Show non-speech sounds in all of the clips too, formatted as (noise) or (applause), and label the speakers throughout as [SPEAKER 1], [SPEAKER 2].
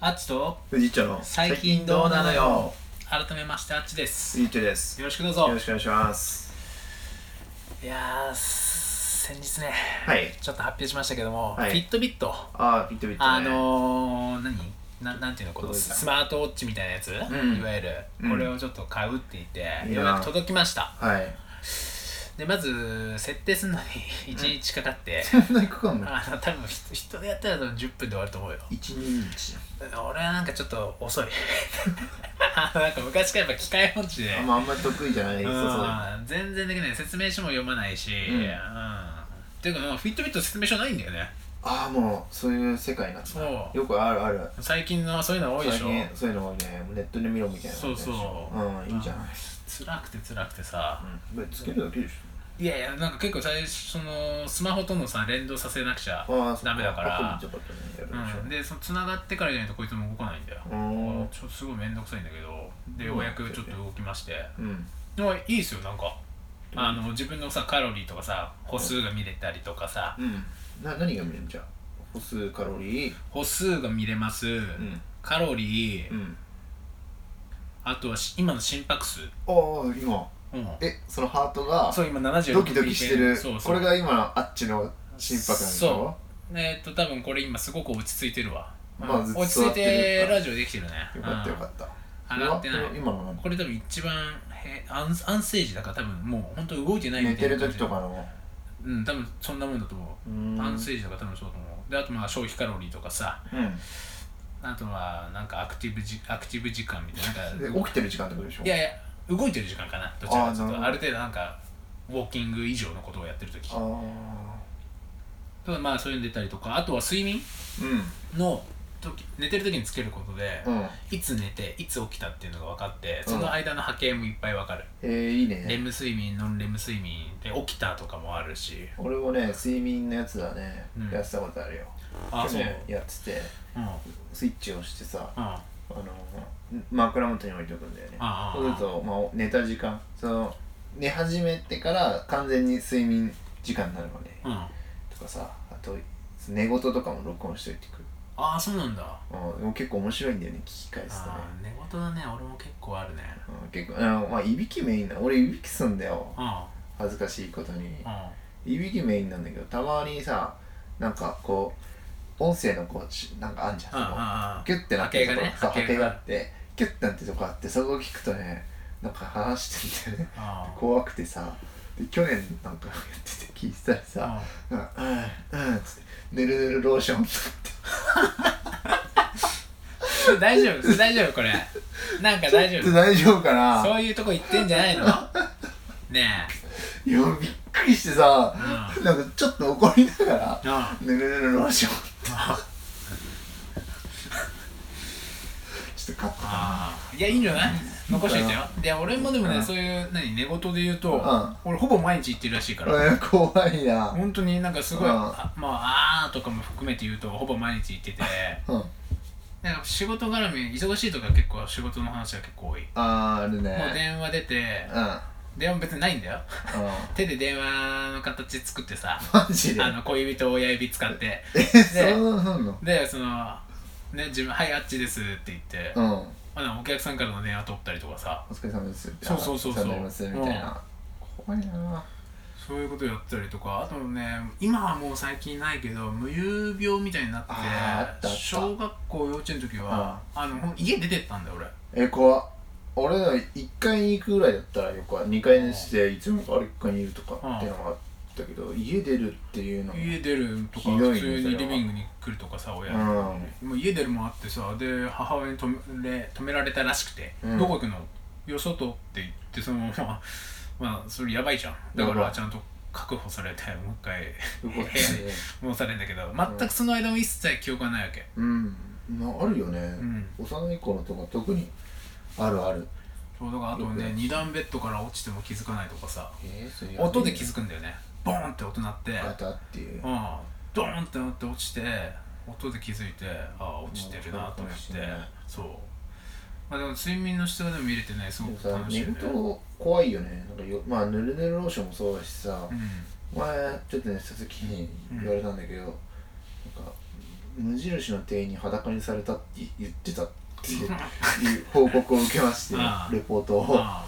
[SPEAKER 1] あっちと
[SPEAKER 2] 藤井町の
[SPEAKER 1] 最近どうなのよ改めましてあっちです
[SPEAKER 2] 藤井町です
[SPEAKER 1] よろしくどう
[SPEAKER 2] よ
[SPEAKER 1] ぞ
[SPEAKER 2] ろしくお願いします
[SPEAKER 1] いやー先日ね
[SPEAKER 2] はい
[SPEAKER 1] ちょっと発表しましたけども、
[SPEAKER 2] はい
[SPEAKER 1] フィットビット
[SPEAKER 2] ああビットビットね
[SPEAKER 1] あのー、何ななんていうのこの
[SPEAKER 2] 届いた
[SPEAKER 1] スマートウォッチみたいなやつ、
[SPEAKER 2] ん
[SPEAKER 1] いわゆる
[SPEAKER 2] うん
[SPEAKER 1] これをちょっと買うって言って、
[SPEAKER 2] い
[SPEAKER 1] よ
[SPEAKER 2] や
[SPEAKER 1] うやく届きました
[SPEAKER 2] はい
[SPEAKER 1] でまず設定するのに (laughs) 1日かか
[SPEAKER 2] (laughs)
[SPEAKER 1] って、
[SPEAKER 2] そんな行くかも
[SPEAKER 1] あの多分人人でやったら多分10分で終わると思うよ
[SPEAKER 2] 一日
[SPEAKER 1] 俺はなんかちょっと遅い (laughs) あのなんか昔からやっぱ機械音痴で
[SPEAKER 2] あんまあんまり得意じゃないそうそう
[SPEAKER 1] うん全然できない説明書も読まないし、
[SPEAKER 2] うん
[SPEAKER 1] うんていうかなんかフィットビット説明書ないんだよね
[SPEAKER 2] ああもうそういう世界なんだ
[SPEAKER 1] そう
[SPEAKER 2] よくあるある
[SPEAKER 1] 最近のそういうの多いでしょ
[SPEAKER 2] 最近そういうの多いねネットで見ろみたいな
[SPEAKER 1] そうそう
[SPEAKER 2] うんいいじゃない
[SPEAKER 1] 辛くて辛くてさ、
[SPEAKER 2] うんこれつけるだけでし
[SPEAKER 1] いやいやなんか結構最初そのスマホとのさ連動させなくちゃ
[SPEAKER 2] ょああそっ
[SPEAKER 1] ダメだから
[SPEAKER 2] アプリとかとねやるでしょ
[SPEAKER 1] うん、でその繋がってからじゃないとこいつも動かないんだよ
[SPEAKER 2] うん
[SPEAKER 1] ちょっとすごい面倒くさいんだけどでようやくちょっと動きまして
[SPEAKER 2] うん
[SPEAKER 1] でもいいですよなんかあの自分のさカロリーとかさ歩数が見れたりとかさ
[SPEAKER 2] うんな何が見れるんじゃあ歩数カロリー
[SPEAKER 1] 歩数が見れます、
[SPEAKER 2] うん
[SPEAKER 1] カロリー、
[SPEAKER 2] うん
[SPEAKER 1] あとはし今の心拍数、
[SPEAKER 2] ああ今
[SPEAKER 1] うん、
[SPEAKER 2] えそのハートが
[SPEAKER 1] そう今70
[SPEAKER 2] ドキドキしてる
[SPEAKER 1] そう
[SPEAKER 2] こ
[SPEAKER 1] そう
[SPEAKER 2] れが今のあっちの心拍なんでしょ
[SPEAKER 1] えーっと多分これ今すごく落ち着いてるわ、うん
[SPEAKER 2] まあずっと
[SPEAKER 1] 落ち着いて
[SPEAKER 2] 座ってる
[SPEAKER 1] ラジオできてるね
[SPEAKER 2] よかっ
[SPEAKER 1] う
[SPEAKER 2] た
[SPEAKER 1] ん
[SPEAKER 2] よかった
[SPEAKER 1] 上がってない
[SPEAKER 2] それは今のなんか
[SPEAKER 1] これ多分一番へ安安静時だから多分もう本当動いてない
[SPEAKER 2] 寝
[SPEAKER 1] みた
[SPEAKER 2] て
[SPEAKER 1] いな
[SPEAKER 2] る
[SPEAKER 1] 感じ
[SPEAKER 2] 時とかの
[SPEAKER 1] うん多分そんなもんだと思
[SPEAKER 2] う
[SPEAKER 1] う、
[SPEAKER 2] ん
[SPEAKER 1] 安静時だから多分そうだと思うであとまあ消費カロリーとかさ
[SPEAKER 2] うん
[SPEAKER 1] あとはなんかアクティブじアクティブ時間みたいななんか
[SPEAKER 2] で起きてる時間ってことでしょ
[SPEAKER 1] いやいや動いてる時間かなどちらかという
[SPEAKER 2] あー
[SPEAKER 1] と
[SPEAKER 2] な
[SPEAKER 1] あ
[SPEAKER 2] る
[SPEAKER 1] る程度なんかウォーキング以上のことをやってる時
[SPEAKER 2] ああ
[SPEAKER 1] とかまあそういうの出たりとかあとは睡眠
[SPEAKER 2] う
[SPEAKER 1] の時寝てる時につけることで、
[SPEAKER 2] んうん
[SPEAKER 1] いつ寝ていつ起きたっていうのが分かって
[SPEAKER 2] うん
[SPEAKER 1] その間の波形もいっぱい分かる、
[SPEAKER 2] えー、いい
[SPEAKER 1] レ
[SPEAKER 2] ね
[SPEAKER 1] ム睡眠ノンレム睡眠で起きたとかもあるし
[SPEAKER 2] 俺もね睡眠のやつだね、
[SPEAKER 1] うん
[SPEAKER 2] やってたことあるよ
[SPEAKER 1] あ
[SPEAKER 2] 去
[SPEAKER 1] そう、
[SPEAKER 2] 年やってて
[SPEAKER 1] うんうん
[SPEAKER 2] スイッチを押してさ
[SPEAKER 1] あ
[SPEAKER 2] あの枕元に置いておくんだよね
[SPEAKER 1] ああ
[SPEAKER 2] そうすると、まあ、寝た時間その寝始めてから完全に睡眠時間になるのね
[SPEAKER 1] うん
[SPEAKER 2] とかさあと寝言とかも録音しといてくる
[SPEAKER 1] ああそうなんだ
[SPEAKER 2] うんでも結構面白いんだよね聞き返すとね
[SPEAKER 1] あー寝言だね俺も結構あるね
[SPEAKER 2] うん結構あのまあいびきメインな俺いびきすんだよ
[SPEAKER 1] うん
[SPEAKER 2] 恥ずかしいことに
[SPEAKER 1] う
[SPEAKER 2] いびきメインなんだけどたまにさなんかこう音声のこうしなんかあんじゃん、
[SPEAKER 1] んうん
[SPEAKER 2] その
[SPEAKER 1] うんうん
[SPEAKER 2] ギュッてなってるところ
[SPEAKER 1] 波形がね
[SPEAKER 2] そう
[SPEAKER 1] 波形
[SPEAKER 2] 波
[SPEAKER 1] が
[SPEAKER 2] 形があってギュッてなってるとこあってそこを聞くとねなんか話してんだよね (laughs)
[SPEAKER 1] あー
[SPEAKER 2] 怖くてさで去年なんかやってて聞いてたらさ、
[SPEAKER 1] うん
[SPEAKER 2] うんうんうんっつって「ぬるぬるローション」って
[SPEAKER 1] それ大丈夫それ大丈夫これなんか大丈
[SPEAKER 2] 言って
[SPEAKER 1] 夫
[SPEAKER 2] 大丈夫かな
[SPEAKER 1] そういうとこ行ってんじゃないのね
[SPEAKER 2] いやびっくりしてさ
[SPEAKER 1] え、う
[SPEAKER 2] なんかちょっと怒りながら
[SPEAKER 1] ん、うん
[SPEAKER 2] 「ぬるぬるローション」ちょっとカットか
[SPEAKER 1] ああいやいいんじゃない残していたよいや俺もでも
[SPEAKER 2] う
[SPEAKER 1] ね
[SPEAKER 2] ん
[SPEAKER 1] そういう何寝言で言うと、
[SPEAKER 2] ん
[SPEAKER 1] 俺ほぼ毎日言ってるらしいから、
[SPEAKER 2] なうん怖いな
[SPEAKER 1] 本当になんかすごい、
[SPEAKER 2] うん
[SPEAKER 1] あまああーとかも含めて言うとほぼ毎日言ってて
[SPEAKER 2] うん
[SPEAKER 1] なんか仕事絡み忙しいとか結構仕事の話が結構多い、
[SPEAKER 2] あーある
[SPEAKER 1] もう
[SPEAKER 2] ね
[SPEAKER 1] 電話出て
[SPEAKER 2] うんうん
[SPEAKER 1] 電話別にないんだよ手で電話の形作ってさ
[SPEAKER 2] マジで
[SPEAKER 1] あの小指と親指使って
[SPEAKER 2] えそうなんの
[SPEAKER 1] でそのね自分「はいあっちです」って言って、
[SPEAKER 2] うん
[SPEAKER 1] まあ、お客さんからの電話取ったりとかさ
[SPEAKER 2] お疲れ様です
[SPEAKER 1] そうそうそうそう
[SPEAKER 2] お疲れ様ですみたいな怖いな
[SPEAKER 1] そういうことやったりとかあとね今はもう最近ないけど無遊病みたいになって
[SPEAKER 2] あーあったあった
[SPEAKER 1] 小学校幼稚園の時はあのほん家出てったんだよ俺
[SPEAKER 2] え怖っ俺ら1階に行くぐらいだったらよくは2階にしていつもあれ1階にいるとかっていうのがあったけど家出るっていうのも
[SPEAKER 1] 家出るとか
[SPEAKER 2] ひどいね
[SPEAKER 1] 普通
[SPEAKER 2] それ
[SPEAKER 1] に
[SPEAKER 2] は
[SPEAKER 1] リビングに来るとかさ親
[SPEAKER 2] う、ん
[SPEAKER 1] もう家出るもあってさで母親に止めれ止められたらしくて「
[SPEAKER 2] うん
[SPEAKER 1] どこ行くのよそと」って言ってそのまままあそれやばいじゃんだか
[SPEAKER 2] やば
[SPEAKER 1] ら
[SPEAKER 2] い
[SPEAKER 1] ちゃんと確保されてもう一回
[SPEAKER 2] よかったね
[SPEAKER 1] 戻されるんだけど全くその間も一切記憶がないわけ
[SPEAKER 2] うん、まあ、あるよね、
[SPEAKER 1] ん
[SPEAKER 2] 幼い頃とか特にあるある
[SPEAKER 1] そうだからあと
[SPEAKER 2] よくや
[SPEAKER 1] ね
[SPEAKER 2] る
[SPEAKER 1] 2段ベッドから落ちても気づかないとかさ
[SPEAKER 2] え
[SPEAKER 1] 音で気づ
[SPEAKER 2] く
[SPEAKER 1] くんだよねボーンって音鳴ってうん
[SPEAKER 2] ガタっていう
[SPEAKER 1] ドーンって鳴って落ちて音で気づいてああ落ちてるなと思っ
[SPEAKER 2] まあそうかもしれ
[SPEAKER 1] て
[SPEAKER 2] ない
[SPEAKER 1] そうまあでも睡眠の質はでも見れてねす
[SPEAKER 2] で
[SPEAKER 1] ご
[SPEAKER 2] も
[SPEAKER 1] く
[SPEAKER 2] さ
[SPEAKER 1] 楽しいよ
[SPEAKER 2] 寝る
[SPEAKER 1] ね
[SPEAKER 2] と怖いよねなんかよまあぬるぬるローションもそうだしさ、
[SPEAKER 1] うん
[SPEAKER 2] 前ちょっと寝てた時に言われたんだけど、なんか無印の店員に裸にされたって言ってたっていういう報告を受けま
[SPEAKER 1] (laughs)
[SPEAKER 2] して
[SPEAKER 1] ああ
[SPEAKER 2] レポートをなんか
[SPEAKER 1] あ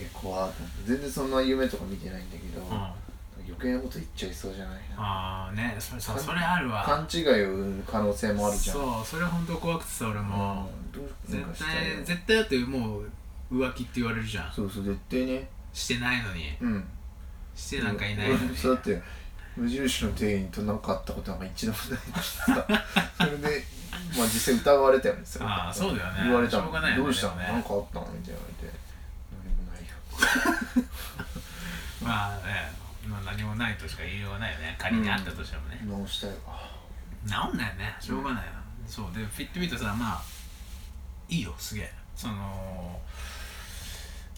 [SPEAKER 2] え怖っと思って全然そんな夢とか見てないんだけど
[SPEAKER 1] あうん
[SPEAKER 2] 余計なこと言っちゃいそうじゃないな
[SPEAKER 1] ああねそれさそれあるわ
[SPEAKER 2] 勘違いを生む可能性もあるじゃん
[SPEAKER 1] そうそれ本当怖くてさ俺も、
[SPEAKER 2] うん
[SPEAKER 1] 絶
[SPEAKER 2] なんかしたい
[SPEAKER 1] 対
[SPEAKER 2] よ
[SPEAKER 1] 絶対だってもう浮気って言われるじゃん
[SPEAKER 2] そうそう絶対ね
[SPEAKER 1] してないのに
[SPEAKER 2] うん
[SPEAKER 1] してなんかいないのに、
[SPEAKER 2] うんそうだって無印の店員と何かあったことなんか一度もないしさそ
[SPEAKER 1] (laughs)
[SPEAKER 2] れでまあ実際疑われたよねそれ
[SPEAKER 1] ああそうだよね
[SPEAKER 2] 言われた
[SPEAKER 1] しょ
[SPEAKER 2] の
[SPEAKER 1] うがないよね
[SPEAKER 2] どうしたの
[SPEAKER 1] でも
[SPEAKER 2] 何
[SPEAKER 1] ね
[SPEAKER 2] かあったのみたいな言われて何もないよ
[SPEAKER 1] まあね、まあ、何もないとしか言いようがないよね仮にあったとしてもね、
[SPEAKER 2] 直したいわ
[SPEAKER 1] 治んないよねしょうがないな、そうでフィットビートさまあいいよすげえその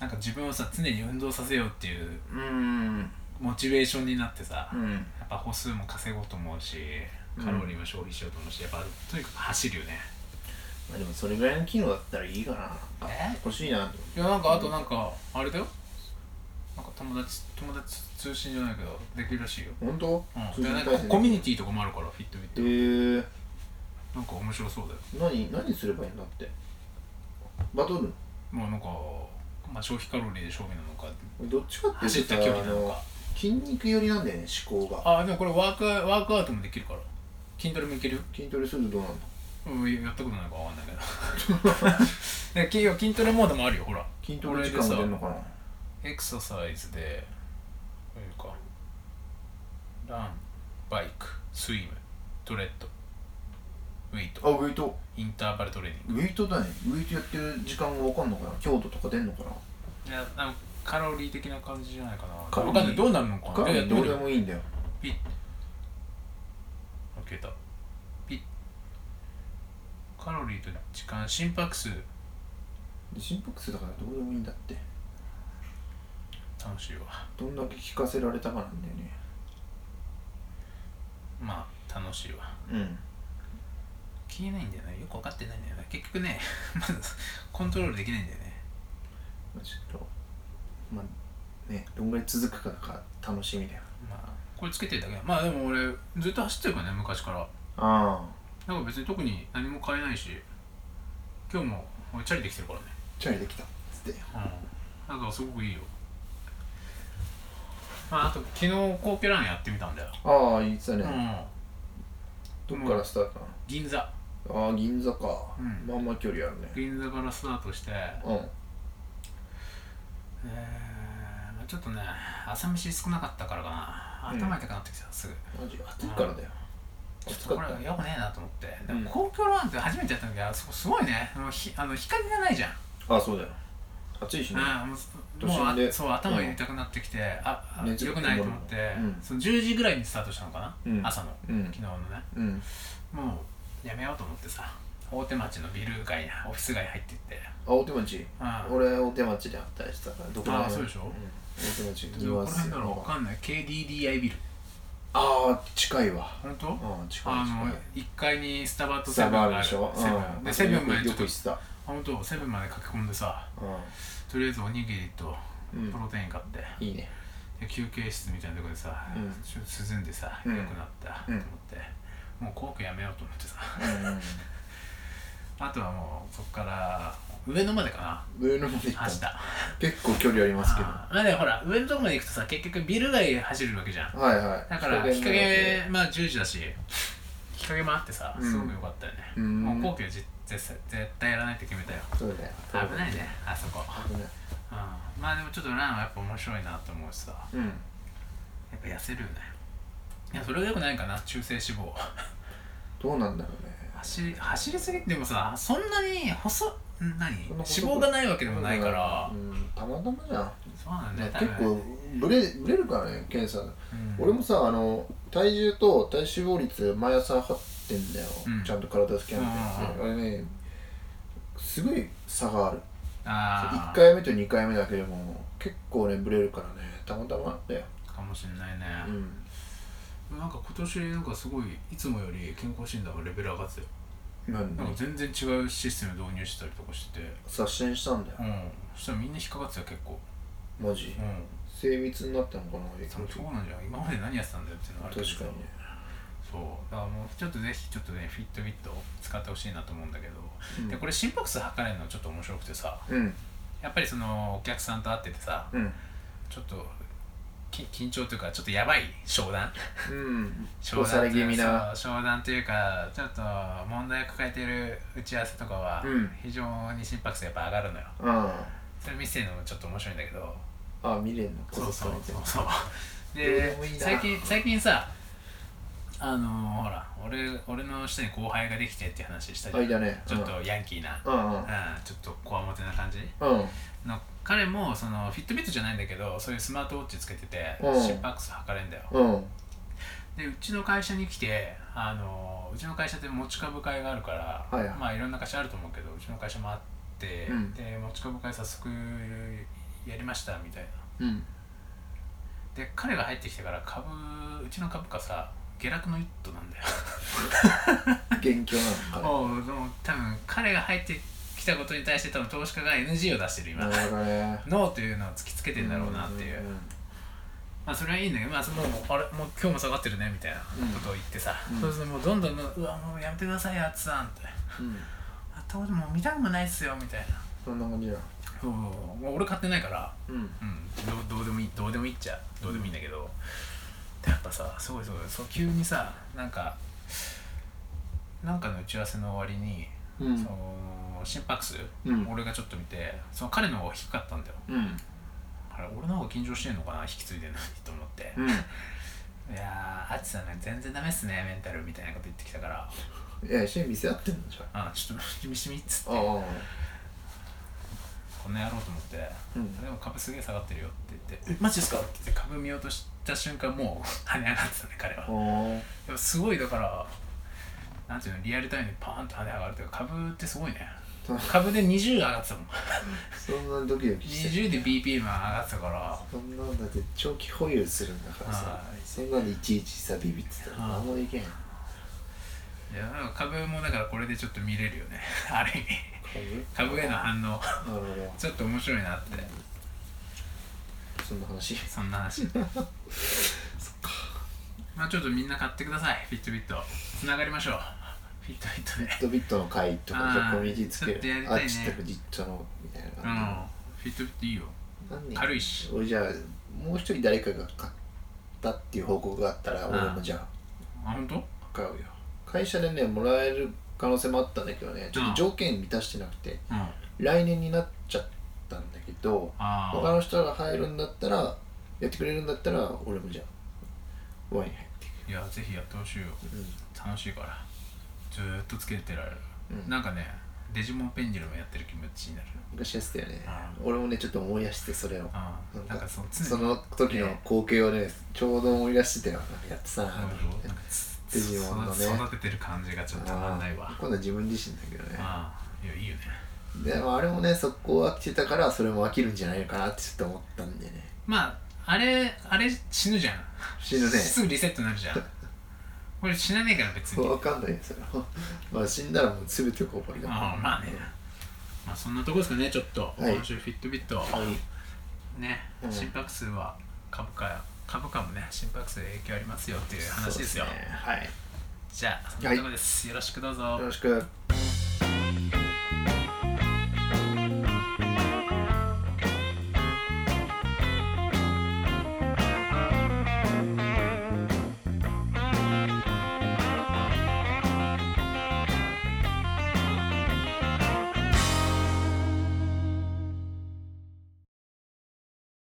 [SPEAKER 1] なんか自分をさ常に運動させようっていう
[SPEAKER 2] うん
[SPEAKER 1] モチベーションになってさ、
[SPEAKER 2] うん
[SPEAKER 1] やっぱ歩数も稼ごうと思うし
[SPEAKER 2] うん
[SPEAKER 1] カロリーも消費しようと思うし、やっぱとにかく走るよね
[SPEAKER 2] まあでもそれぐらいの機能だったらいいかな
[SPEAKER 1] え
[SPEAKER 2] 欲しいなと
[SPEAKER 1] いやなんかあとなんかあれだよなんか友達友達通信じゃないけどできるらしいよ、
[SPEAKER 2] 本当
[SPEAKER 1] うん、でなんかコミュニティとかもあるからフィットビッ
[SPEAKER 2] え
[SPEAKER 1] ト
[SPEAKER 2] ー、
[SPEAKER 1] なんか面白そうだよ
[SPEAKER 2] 何何すればいいんだってバトル
[SPEAKER 1] まあなんか、まあ、消費カロリーで勝負なのか
[SPEAKER 2] どっちかって
[SPEAKER 1] 走
[SPEAKER 2] い
[SPEAKER 1] っ
[SPEAKER 2] うと
[SPEAKER 1] た
[SPEAKER 2] さ
[SPEAKER 1] 距離なの
[SPEAKER 2] あ
[SPEAKER 1] か
[SPEAKER 2] 筋肉寄りなんだよね思考が
[SPEAKER 1] あでもこれワークワークアウトもできるから筋トレもいけるよ
[SPEAKER 2] 筋トレするとどうなの
[SPEAKER 1] うんやったことないからわかんないけど (laughs) で筋筋トレモードもあるよほら
[SPEAKER 2] 筋トレ時間が出るのかな
[SPEAKER 1] エクササイズでこれかランバイクスイムトレッドウェイト
[SPEAKER 2] あウェイト
[SPEAKER 1] インターバルトレーニン
[SPEAKER 2] ウェイトだねウェイトやってる時間が分かんのかな強度とか出んのかな
[SPEAKER 1] グいやなんかカロリー的な感じじゃないかなわ
[SPEAKER 2] カロリ
[SPEAKER 1] か
[SPEAKER 2] ー
[SPEAKER 1] んないどうなるのか
[SPEAKER 2] ガ
[SPEAKER 1] な
[SPEAKER 2] ン
[SPEAKER 1] いやや
[SPEAKER 2] ガン
[SPEAKER 1] って
[SPEAKER 2] ど
[SPEAKER 1] み
[SPEAKER 2] う
[SPEAKER 1] る
[SPEAKER 2] で
[SPEAKER 1] よ
[SPEAKER 2] もいいんだよ
[SPEAKER 1] あ消えたピッカロリーと時間心拍数
[SPEAKER 2] で心拍数だからどうでもいいんだって
[SPEAKER 1] 楽しいわ
[SPEAKER 2] どんだけ聞かせられたかなんだよね
[SPEAKER 1] まあ楽しいわ
[SPEAKER 2] うん
[SPEAKER 1] 消えないんだよねよく分かってないんだよね結局ね (laughs) まずコントロールできないんだよね
[SPEAKER 2] まあちょっとまあねどんぐらい続くかが楽しみだよ
[SPEAKER 1] まあこれつけてるだけだまあでも俺ずっと走ってるからね昔から
[SPEAKER 2] ああ
[SPEAKER 1] なんか別に特に何も変えないし今日も俺チャリできてるからね
[SPEAKER 2] チャリできたっつって
[SPEAKER 1] うんなんかすごくいいよまああと昨日コーピランやってみたんだよ、
[SPEAKER 2] ああ言ってた
[SPEAKER 1] う
[SPEAKER 2] ね、
[SPEAKER 1] ん
[SPEAKER 2] どっからスタートな
[SPEAKER 1] 銀座
[SPEAKER 2] のああ銀座か、
[SPEAKER 1] うん
[SPEAKER 2] まあまあ距離あるね
[SPEAKER 1] 銀座からスタートして
[SPEAKER 2] うん
[SPEAKER 1] えーまあちょっとね朝飯少なかったからかな
[SPEAKER 2] うん
[SPEAKER 1] 頭痛くなってきたすぐ
[SPEAKER 2] マジ暑いからだよ
[SPEAKER 1] ちょ
[SPEAKER 2] 暑
[SPEAKER 1] っ
[SPEAKER 2] か
[SPEAKER 1] と
[SPEAKER 2] っ
[SPEAKER 1] これ
[SPEAKER 2] た
[SPEAKER 1] は
[SPEAKER 2] ね
[SPEAKER 1] よくねえなと思って、で
[SPEAKER 2] うん
[SPEAKER 1] も公共ランって初めてやったんだけどあそこすごいねあのひあの日陰がないじゃん、
[SPEAKER 2] ああそうだよ暑いしね
[SPEAKER 1] うんもう
[SPEAKER 2] 都心
[SPEAKER 1] もうあ
[SPEAKER 2] で
[SPEAKER 1] そう頭が痛くなってきて、ああ
[SPEAKER 2] 熱
[SPEAKER 1] よくないと思って、
[SPEAKER 2] うん
[SPEAKER 1] その10時ぐらいにスタートしたのかな、
[SPEAKER 2] うん
[SPEAKER 1] 朝の
[SPEAKER 2] うん
[SPEAKER 1] 昨日のね
[SPEAKER 2] うん
[SPEAKER 1] もうやめようと思ってさ大手町のビル街やオフィス街入っていって、
[SPEAKER 2] あ大手町
[SPEAKER 1] うん、
[SPEAKER 2] 俺大手町で働いてたからどこら辺
[SPEAKER 1] あそうでしょ
[SPEAKER 2] うん、大手町
[SPEAKER 1] どこら辺だろうわかんない KDDI ビル
[SPEAKER 2] ああ近いわ
[SPEAKER 1] 本当、
[SPEAKER 2] うん近い
[SPEAKER 1] あ
[SPEAKER 2] 近
[SPEAKER 1] の
[SPEAKER 2] い
[SPEAKER 1] 1階にスタバと
[SPEAKER 2] ス
[SPEAKER 1] セブ
[SPEAKER 2] タ
[SPEAKER 1] ンが
[SPEAKER 2] バ
[SPEAKER 1] ある
[SPEAKER 2] あるでしょ
[SPEAKER 1] セブ
[SPEAKER 2] う
[SPEAKER 1] ン
[SPEAKER 2] ん
[SPEAKER 1] でセブンまで
[SPEAKER 2] よく
[SPEAKER 1] ち
[SPEAKER 2] よ
[SPEAKER 1] ょっ
[SPEAKER 2] く
[SPEAKER 1] と
[SPEAKER 2] 行ってた
[SPEAKER 1] 本当セブンまで駆け込んでさ
[SPEAKER 2] う
[SPEAKER 1] とりあえずおにぎりと
[SPEAKER 2] ん、
[SPEAKER 1] プロテイン買って、
[SPEAKER 2] うん、い
[SPEAKER 1] (laughs)
[SPEAKER 2] いね
[SPEAKER 1] で休憩室みたいなとこでさ、
[SPEAKER 2] うん
[SPEAKER 1] ちょっと涼んでさ
[SPEAKER 2] う
[SPEAKER 1] 良
[SPEAKER 2] ん
[SPEAKER 1] くなったと
[SPEAKER 2] う
[SPEAKER 1] 思
[SPEAKER 2] ん
[SPEAKER 1] って、もう航空やめようと思ってさ (laughs)
[SPEAKER 2] う
[SPEAKER 1] あとはもうそっから上野までか
[SPEAKER 2] ん上野まで
[SPEAKER 1] な
[SPEAKER 2] 行っ
[SPEAKER 1] 走ったた
[SPEAKER 2] 結構距離ありますけど
[SPEAKER 1] あーまあでもほら上のとこまで行くとさ結局ビル街走るわけじゃん
[SPEAKER 2] はいはい
[SPEAKER 1] だから日陰まあ10時だし日陰もあってさ
[SPEAKER 2] うん
[SPEAKER 1] すごく良かったよね、
[SPEAKER 2] うん
[SPEAKER 1] もう航空絶絶絶対やらないって決めたよ
[SPEAKER 2] そうだよ
[SPEAKER 1] 危ないねあそこ、
[SPEAKER 2] 危ない
[SPEAKER 1] うん、まあでもちょっとランはやっぱ面白いなと思うしさ
[SPEAKER 2] うん
[SPEAKER 1] やっぱ痩せるよねいやそれがよくないかな中性脂肪
[SPEAKER 2] どうなんだろうね
[SPEAKER 1] 走り走りすぎでもさそんなに細ん何
[SPEAKER 2] そんな
[SPEAKER 1] 脂
[SPEAKER 2] 細く
[SPEAKER 1] 肪がないわけでもないから、
[SPEAKER 2] うん、たまたまじゃん
[SPEAKER 1] そうなんだよね
[SPEAKER 2] 結
[SPEAKER 1] 多分
[SPEAKER 2] 構ブレブレるからね検査
[SPEAKER 1] うん
[SPEAKER 2] 俺もさあの体重と体脂肪率毎朝測ってんだよ、
[SPEAKER 1] うん
[SPEAKER 2] ちゃんと体スキャンってやつあれねすごい差がある
[SPEAKER 1] あ
[SPEAKER 2] 1
[SPEAKER 1] あ
[SPEAKER 2] 回目と2回目だけでも結構ねブレるからねたまたまだよ、
[SPEAKER 1] かもしんないね、
[SPEAKER 2] うん、
[SPEAKER 1] なんか今年なんかすごいいつもより健康診断がレベル上がってたよ
[SPEAKER 2] なん
[SPEAKER 1] なんか全然違うシステム導入してたりとかしてて
[SPEAKER 2] 刷新したんだよ
[SPEAKER 1] うんそしたらみんな引っかかってたよ結構
[SPEAKER 2] マジ
[SPEAKER 1] うん
[SPEAKER 2] 精密になったのかな
[SPEAKER 1] 多分そうなんじゃない今まで何やってたんだよっていうのはあるけど
[SPEAKER 2] 確かにね
[SPEAKER 1] そうだからもうちょっとぜひちょっとねフィットビットを使ってほしいなと思うんだけど、
[SPEAKER 2] うん
[SPEAKER 1] でこれ心拍数測れるのちょっと面白くてさ
[SPEAKER 2] うん
[SPEAKER 1] やっぱりそのお客さんと会っててさ
[SPEAKER 2] うん
[SPEAKER 1] ちょっとき緊張というかちょっとやばい商談
[SPEAKER 2] うん
[SPEAKER 1] 商
[SPEAKER 2] 押さ
[SPEAKER 1] 談
[SPEAKER 2] れ
[SPEAKER 1] と
[SPEAKER 2] 気
[SPEAKER 1] いう
[SPEAKER 2] 味な
[SPEAKER 1] かそう商談というかちょっと問題を抱えている打ち合わせとかは
[SPEAKER 2] うん
[SPEAKER 1] 非常に心拍数やっぱ上がるのよ、
[SPEAKER 2] あ
[SPEAKER 1] それ見せるのもちょっと面白いんだけど
[SPEAKER 2] あ見れんのこ
[SPEAKER 1] そうそうそうそう
[SPEAKER 2] どうで
[SPEAKER 1] で
[SPEAKER 2] もいいな
[SPEAKER 1] 最近最近さあのー、ほら俺俺の下に後輩ができてって話したじゃん
[SPEAKER 2] 間ね
[SPEAKER 1] ちょっとヤンキーな、
[SPEAKER 2] うんう
[SPEAKER 1] う
[SPEAKER 2] ん
[SPEAKER 1] ん、ちょっとこわもてな感じ
[SPEAKER 2] うん
[SPEAKER 1] の彼もそのフィットビットじゃないんだけどそういうスマートウォッチつけてて
[SPEAKER 2] うん
[SPEAKER 1] 心拍数測れんだよ
[SPEAKER 2] うん
[SPEAKER 1] でうちの会社に来てあのうちの会社って持ち株会があるから、
[SPEAKER 2] はいはい
[SPEAKER 1] まあいろんな会社あると思うけどうちの会社もあって、
[SPEAKER 2] うん
[SPEAKER 1] で持ち株会早速やりましたみたいな
[SPEAKER 2] うん
[SPEAKER 1] で彼が入ってきてから株うちの株価さ下落の一途なんだよ
[SPEAKER 2] 元気なのか
[SPEAKER 1] おうでも多分彼が入ってきたことに対して多分投資家が NG を出してる今
[SPEAKER 2] ななるほどね
[SPEAKER 1] ノーというのを突きつけてんだろうなっていう、
[SPEAKER 2] ん
[SPEAKER 1] まあそれはいいんだけど、まあ、そのもうあれもう今日も下がってるねみたいなことを言ってさ、
[SPEAKER 2] うん
[SPEAKER 1] そうするともうどんどんどんどんうわもうやめてくださいやつさんって
[SPEAKER 2] うん
[SPEAKER 1] あともう見たくもないっすよみたいな
[SPEAKER 2] そんな感じだ
[SPEAKER 1] そうまあ俺買ってないから
[SPEAKER 2] うん
[SPEAKER 1] うんどうどうでもいいどうでもいいっちゃどうでもいいんだけど、でやっぱさすごいすごいそう急にさなんかなんかの打ち合わせの終わりに、
[SPEAKER 2] うん
[SPEAKER 1] その心拍数、
[SPEAKER 2] うん
[SPEAKER 1] 俺がちょっと見てその彼の方が低かったんだよ
[SPEAKER 2] うん
[SPEAKER 1] あれ俺の方が緊張してんのかな引き継いでないと思って、
[SPEAKER 2] うん
[SPEAKER 1] いやーあっちさんね全然ダメっすねメンタルみたいなこと言ってきたから
[SPEAKER 2] いや一緒に店合ってんのじゃ
[SPEAKER 1] あちょっと見してみっつって
[SPEAKER 2] あああ
[SPEAKER 1] こんなやろうと思って、
[SPEAKER 2] うん
[SPEAKER 1] でも株すげえ下がってるよって言って「えマジですか?」って言って株見落とした瞬間もう跳ね上がってたね彼は
[SPEAKER 2] ああ
[SPEAKER 1] でもすごいだからなんていうのリアルタイムにパーンと跳ね上がるというか株ってすごい (laughs) ね
[SPEAKER 2] そう
[SPEAKER 1] 株で20上がってた (laughs) もん
[SPEAKER 2] そんなドキドキして
[SPEAKER 1] 20で BPM 上がってたから
[SPEAKER 2] そんなんだって長期保有するんだからさ
[SPEAKER 1] はい
[SPEAKER 2] そんなんでいちいちさビビってたら
[SPEAKER 1] はい
[SPEAKER 2] 何もできへん
[SPEAKER 1] いやなんか株もだからこれでちょっと見れるよね (laughs) ある意味株への
[SPEAKER 2] なる
[SPEAKER 1] 反応
[SPEAKER 2] ほど
[SPEAKER 1] ちょっと面白いなって
[SPEAKER 2] そんな話
[SPEAKER 1] そんな
[SPEAKER 2] (laughs)
[SPEAKER 1] 話そっかまあちょっとみんな買ってくださいフィットビットつながりましょうフィットビットで
[SPEAKER 2] ビットビットの会とか
[SPEAKER 1] あー
[SPEAKER 2] じゃあコミュニティつけ
[SPEAKER 1] ちょっとやり
[SPEAKER 2] る
[SPEAKER 1] た
[SPEAKER 2] あ
[SPEAKER 1] いね
[SPEAKER 2] っちってフジットのみたいな
[SPEAKER 1] うん
[SPEAKER 2] 感
[SPEAKER 1] フィットビットいいよ
[SPEAKER 2] じ何人
[SPEAKER 1] 軽いし
[SPEAKER 2] 俺じゃあもう一人誰かが買ったっていう報告があったら
[SPEAKER 1] うん
[SPEAKER 2] 俺もじゃ
[SPEAKER 1] あ
[SPEAKER 2] あ
[SPEAKER 1] 本当
[SPEAKER 2] 買うよ会社でねもらえる可能性もあったんだけどねちょっと条件満たしてなくて
[SPEAKER 1] うんあ
[SPEAKER 2] 来年になっちゃったんだけど
[SPEAKER 1] あ
[SPEAKER 2] 他の人が入るんだったらやってくれるんだったら俺もじゃあワイン入って
[SPEAKER 1] いやぜひやってほしいよ
[SPEAKER 2] くる
[SPEAKER 1] 楽しいからずーっとつけてられる、
[SPEAKER 2] うん
[SPEAKER 1] なんかねデジモンペンギルもやってる気持ちになる
[SPEAKER 2] 昔やってたよね
[SPEAKER 1] あ
[SPEAKER 2] 俺もねちょっと思い出してそれを
[SPEAKER 1] う
[SPEAKER 2] なん
[SPEAKER 1] んな
[SPEAKER 2] か
[SPEAKER 1] んかその常
[SPEAKER 2] そ
[SPEAKER 1] に
[SPEAKER 2] の時の光景をねちょうど思い出してたよなんかやってたな
[SPEAKER 1] なんかこうなんかつ
[SPEAKER 2] デジモンのね
[SPEAKER 1] 育ててる感じがちょっとたまんないわ
[SPEAKER 2] 今度は自分自身だけどね
[SPEAKER 1] ああいやいいよね
[SPEAKER 2] でもあれもね速攻飽きてたからそれも飽きるんじゃないのかなってちょっと思ったんでね
[SPEAKER 1] まああれあれ死ぬじゃん
[SPEAKER 2] 死ぬね
[SPEAKER 1] すぐリセットになるじゃん
[SPEAKER 2] (laughs)
[SPEAKER 1] これ死なねえから別に
[SPEAKER 2] 分かんないよそれはまあ死んだらもう全てこぼれだ
[SPEAKER 1] ああまあねまあそんなとこですかねちょっと、
[SPEAKER 2] はい
[SPEAKER 1] 今週フィットビット、
[SPEAKER 2] はい
[SPEAKER 1] ね、
[SPEAKER 2] うん
[SPEAKER 1] 心拍数は株価株価もね心拍数影響ありますよっていう話ですよ
[SPEAKER 2] そうねはい
[SPEAKER 1] じゃあそんなとこです、よろしくどうぞ
[SPEAKER 2] よろしく